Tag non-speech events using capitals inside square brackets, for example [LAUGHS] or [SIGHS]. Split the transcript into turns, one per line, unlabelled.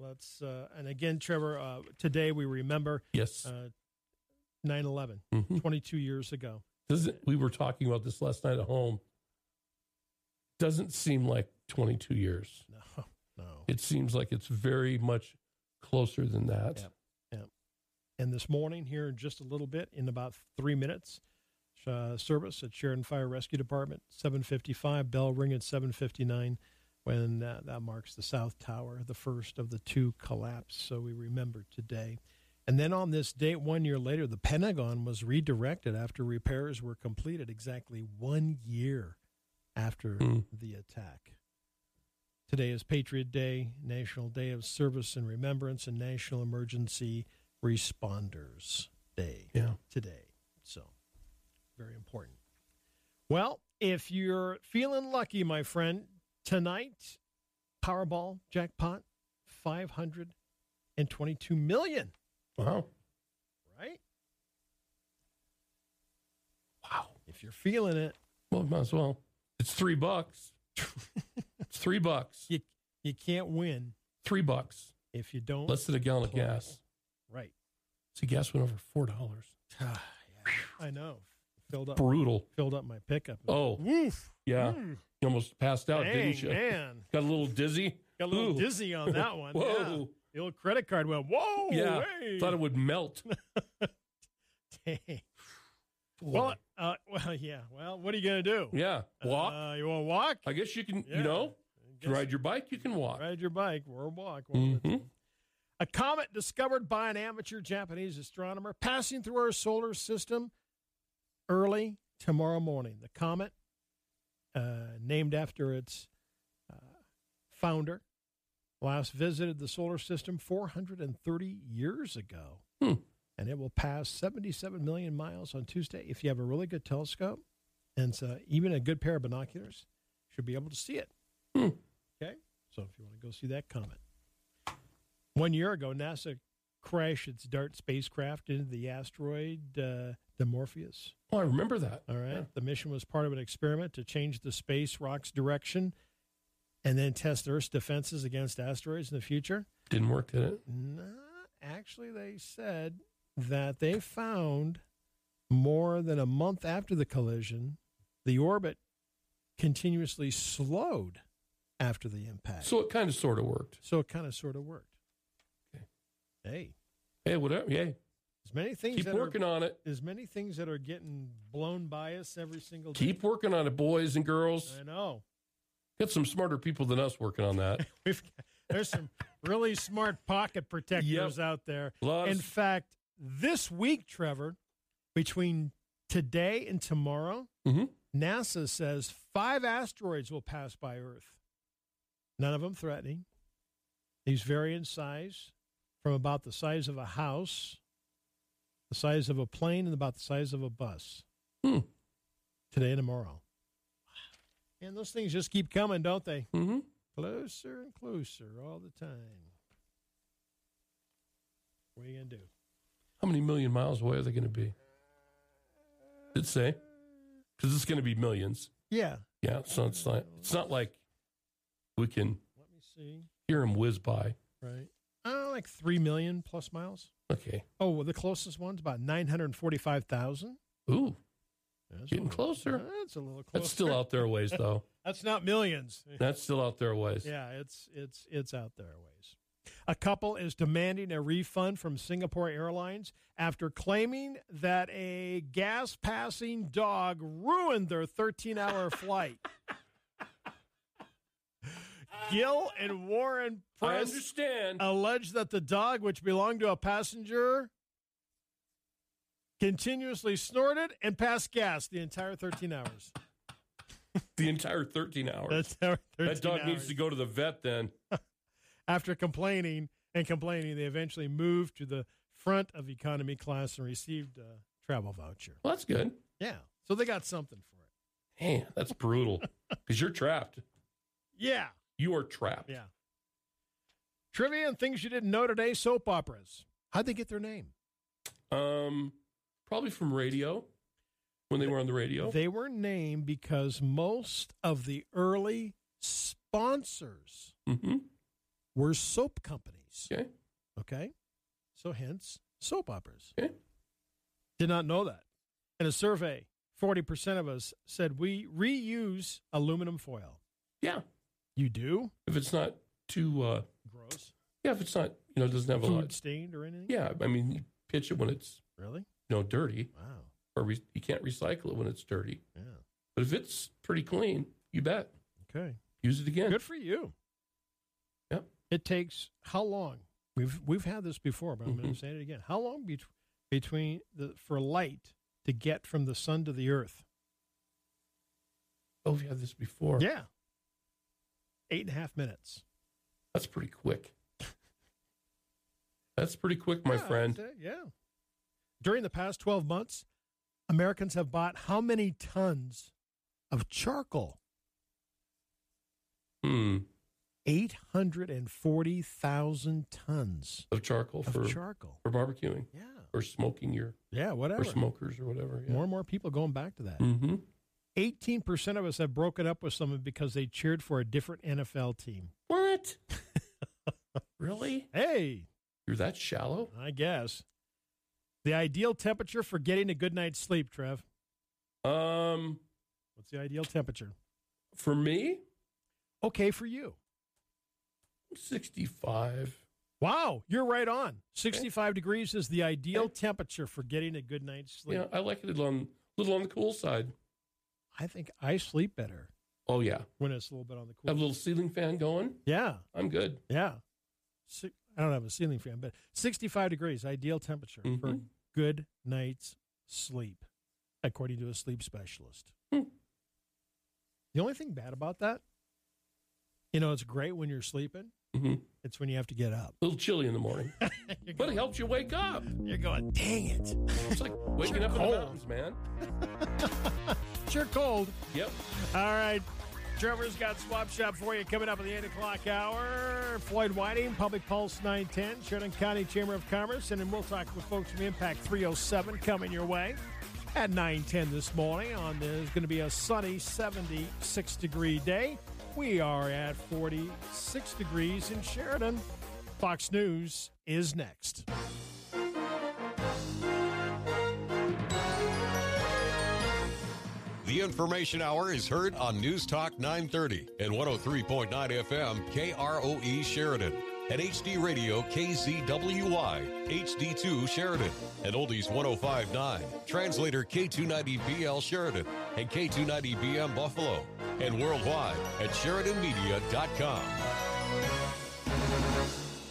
That's uh, and again, Trevor. Uh, today we remember
Yes.
uh, 9/11,
Mhm.
22 years ago.
Doesn't we were talking about this last night at home. Doesn't seem like 22 years.
No, [LAUGHS] no.
It seems like it's very much closer than that.
Yeah. And this morning, here in just a little bit, in about three minutes, uh, service at Sheridan Fire Rescue Department, 7:55, bell ring at 7:59, when uh, that marks the South Tower, the first of the two collapse. So we remember today. And then on this date, one year later, the Pentagon was redirected after repairs were completed, exactly one year after
Hmm.
the attack. Today is Patriot Day, National Day of Service and Remembrance, and National Emergency Responders Day
Yeah.
today. So, very important. Well, if you're feeling lucky, my friend, tonight, Powerball jackpot, 522 million,
Wow.
right?
Wow.
If you're feeling it,
Well, might as well. It's three [LAUGHS] bucks. it's three bucks.
you, you can't win
Three bucks.
if you don't.
Less than a gallon of
play.
gas. [SIGHS]
Right.
See, gas went over four dollars.
Yeah, [SIGHS] I know. Filled up,
Brutal.
filled up my pickup.
Oh.
woof.
Yeah.
Mm,
You almost passed out,
dang,
didn't you?
man.
Got a little dizzy.
Got a little
Ooh.
dizzy on
[LAUGHS]
that one. Yeah.
Whoa.
The old credit card went, whoa.
Yeah.
hey.
Thought it would [LAUGHS] melt.
[LAUGHS] Dang. Well, uh, well, yeah. Well, what are you gonna do?
yeah. Walk.
Uh, you want to walk?
I guess you can,
yeah.
you know, if
Guess-
you ride your bike, you can walk.
ride your bike or walk. one of the
Mhm.
two. A comet discovered by an amateur Japanese astronomer passing through our solar system early tomorrow morning. The comet, uh, named after its uh, founder, last visited the solar system 430 years ago.
Hmm.
And it will pass 77 million miles on Tuesday. If you have a really good telescope and uh, even a good pair of binoculars, you should be able to see it.
Hmm.
Okay? So if you want to go see that comet. One year ago, NASA crashed its DART spacecraft into the asteroid uh, Dimorpheus.
Well, Oh, I remember that.
All right.
Yeah.
The mission was part of an experiment to change the space rock's direction and then test Earth's defenses against asteroids in the future.
Didn't work, did it?
Nah, actually, they said that they found more than a month after the collision, the orbit continuously slowed after the impact.
So it kind of sort of worked.
So it kind of sort of worked.
Okay.
Hey,
Hey, whatever. Hey,
as many things
keep
that
working on it.
are as many things that are getting blown by us every single
Keep
day.
working on it, boys and girls.
I know.
Got some smarter people than us working
[LAUGHS]
on that.
We've got, there's some really smart pocket protectors out there.
Lots.
In fact, this week, Trevor, between today and tomorrow,
Mhm.
NASA says five asteroids will pass by Earth. None of them threatening. These vary in size from about the size of a house, the size of a plane, and about the size of a bus
Hmm.
today and tomorrow. And those things just keep coming, don't they?
Mm-hmm.
closer and closer all the time. What are you gonna do?
How many million miles away are they going to be? Did say because it's going to be millions.
Yeah,
Yeah, so it's not. It's not like we can
let me see.
hear them whiz by.
Right, oh, like three million plus miles.
Okay.
Oh, well, the closest one's about nine hundred forty-five thousand.
Ooh, Getting closer.
That's a little closer. [LAUGHS]
that's still out there a ways though.
That's not millions.
That's still out there a ways.
Yeah, it's it's it's out there a ways. A couple is demanding a refund from Singapore Airlines after claiming that a gas passing dog ruined their 13
[LAUGHS]
hour flight. Gill and Warren
I
Press
understand.
allege that the dog, which belonged to a passenger, continuously snorted and passed gas the entire 13 hours.
the entire 13 hours.
That's how 13
that dog needs
hours.
to go to the vet then.
After complaining and complaining, they eventually moved to the front of economy class and received a travel voucher.
Well, that's good.
Yeah. So they got something for it.
Man,
[LAUGHS]
that's brutal because you're trapped.
Yeah.
You are trapped.
Yeah. Trivia and things you didn't know today soap operas. How'd they get their name?
Um, probably from radio when they were on the radio.
They were named because most of the early sponsors
hmm
were soap companies. movies.
Okay.
Okay. So hence soap operas.
Okay.
Did not know that. In a survey, 40% of us said we reuse aluminum foil.
Yeah.
You do?
If it's not too, uh,
Gross.
yeah, if it's not, you know, it doesn't have a
Food
lot.
stained or anything?
Yeah. I mean, you pitch it when it's,
Really?
you know, dirty,
Wow.
or re- you can't recycle it when it's dirty.
Yeah.
But if it's pretty clean, you bet.
Okay.
Use it again.
Good for you.
Yep.
It takes how long? We've we've had this before, but I'm going
Mhm.
to say it again. How long bet- between the for light to get from the sun to the earth?
Oh, we had this before.
Yeah. Eight and a half minutes.
That's pretty quick.
[LAUGHS]
That's pretty quick, my
Yeah, I'd
friend.
say, yeah. During the past 12 months, Americans have bought how many tons of charcoal?
Hmm.
840,000 tons
Of charcoal
of
for,
charcoal.
for barbecuing
Yeah.
or smoking your,
Yeah, whatever.
or smokers or whatever. Yeah.
More and more people going back to that.
Mm-hmm.
18% of us have broken up with someone because they cheered for a different NFL team. [LAUGHS]
What? really?
Hey,
You're that shallow?
I guess. The ideal temperature for getting a good night's sleep, Trev.
Um,
What's the ideal temperature?
for me,
Okay for you.
65.
Wow, you're right on. 65 degrees is the ideal temperature for getting a good night's sleep.
Yeah, I like it a little, little on the cool side.
I think I sleep better
Oh yeah,
when it's a little bit on the cool.
have a little ceiling fan going.
yeah,
I'm good.
yeah. Si- I don't have a ceiling fan, but 65 degrees, ideal temperature for
Mhm.
good night's sleep, according to a sleep specialist.
Hmm.
The only thing bad about that, you know, it's great when you're sleeping.
hmm A
It's when you have to get up.
little chilly in the morning,
[LAUGHS] You're
but it
going,
helps you wake up.
you're going dang it.
It's like waking up in the
Cold.
mountains, man.
Sure cold.
Yep.
All right. Trevor's got Swap Shop for you coming up at the 8 o'clock hour. Floyd Whiting, Public Pulse 910, Sheridan County Chamber of Commerce, and then we'll talk with folks from Impact 307 coming your way at 910 this morning on there's going to be a sunny 76 degree day. We are at 46 degrees in Sheridan. Fox News is next.
The Information Hour is heard on News Talk 930 and 103.9 FM KROE E Sheridan. And HD Radio KZWY, HD2 Sheridan, and Oldies 1059, Translator K290BL Sheridan, and K290BM Buffalo, and worldwide at SheridanMedia.com.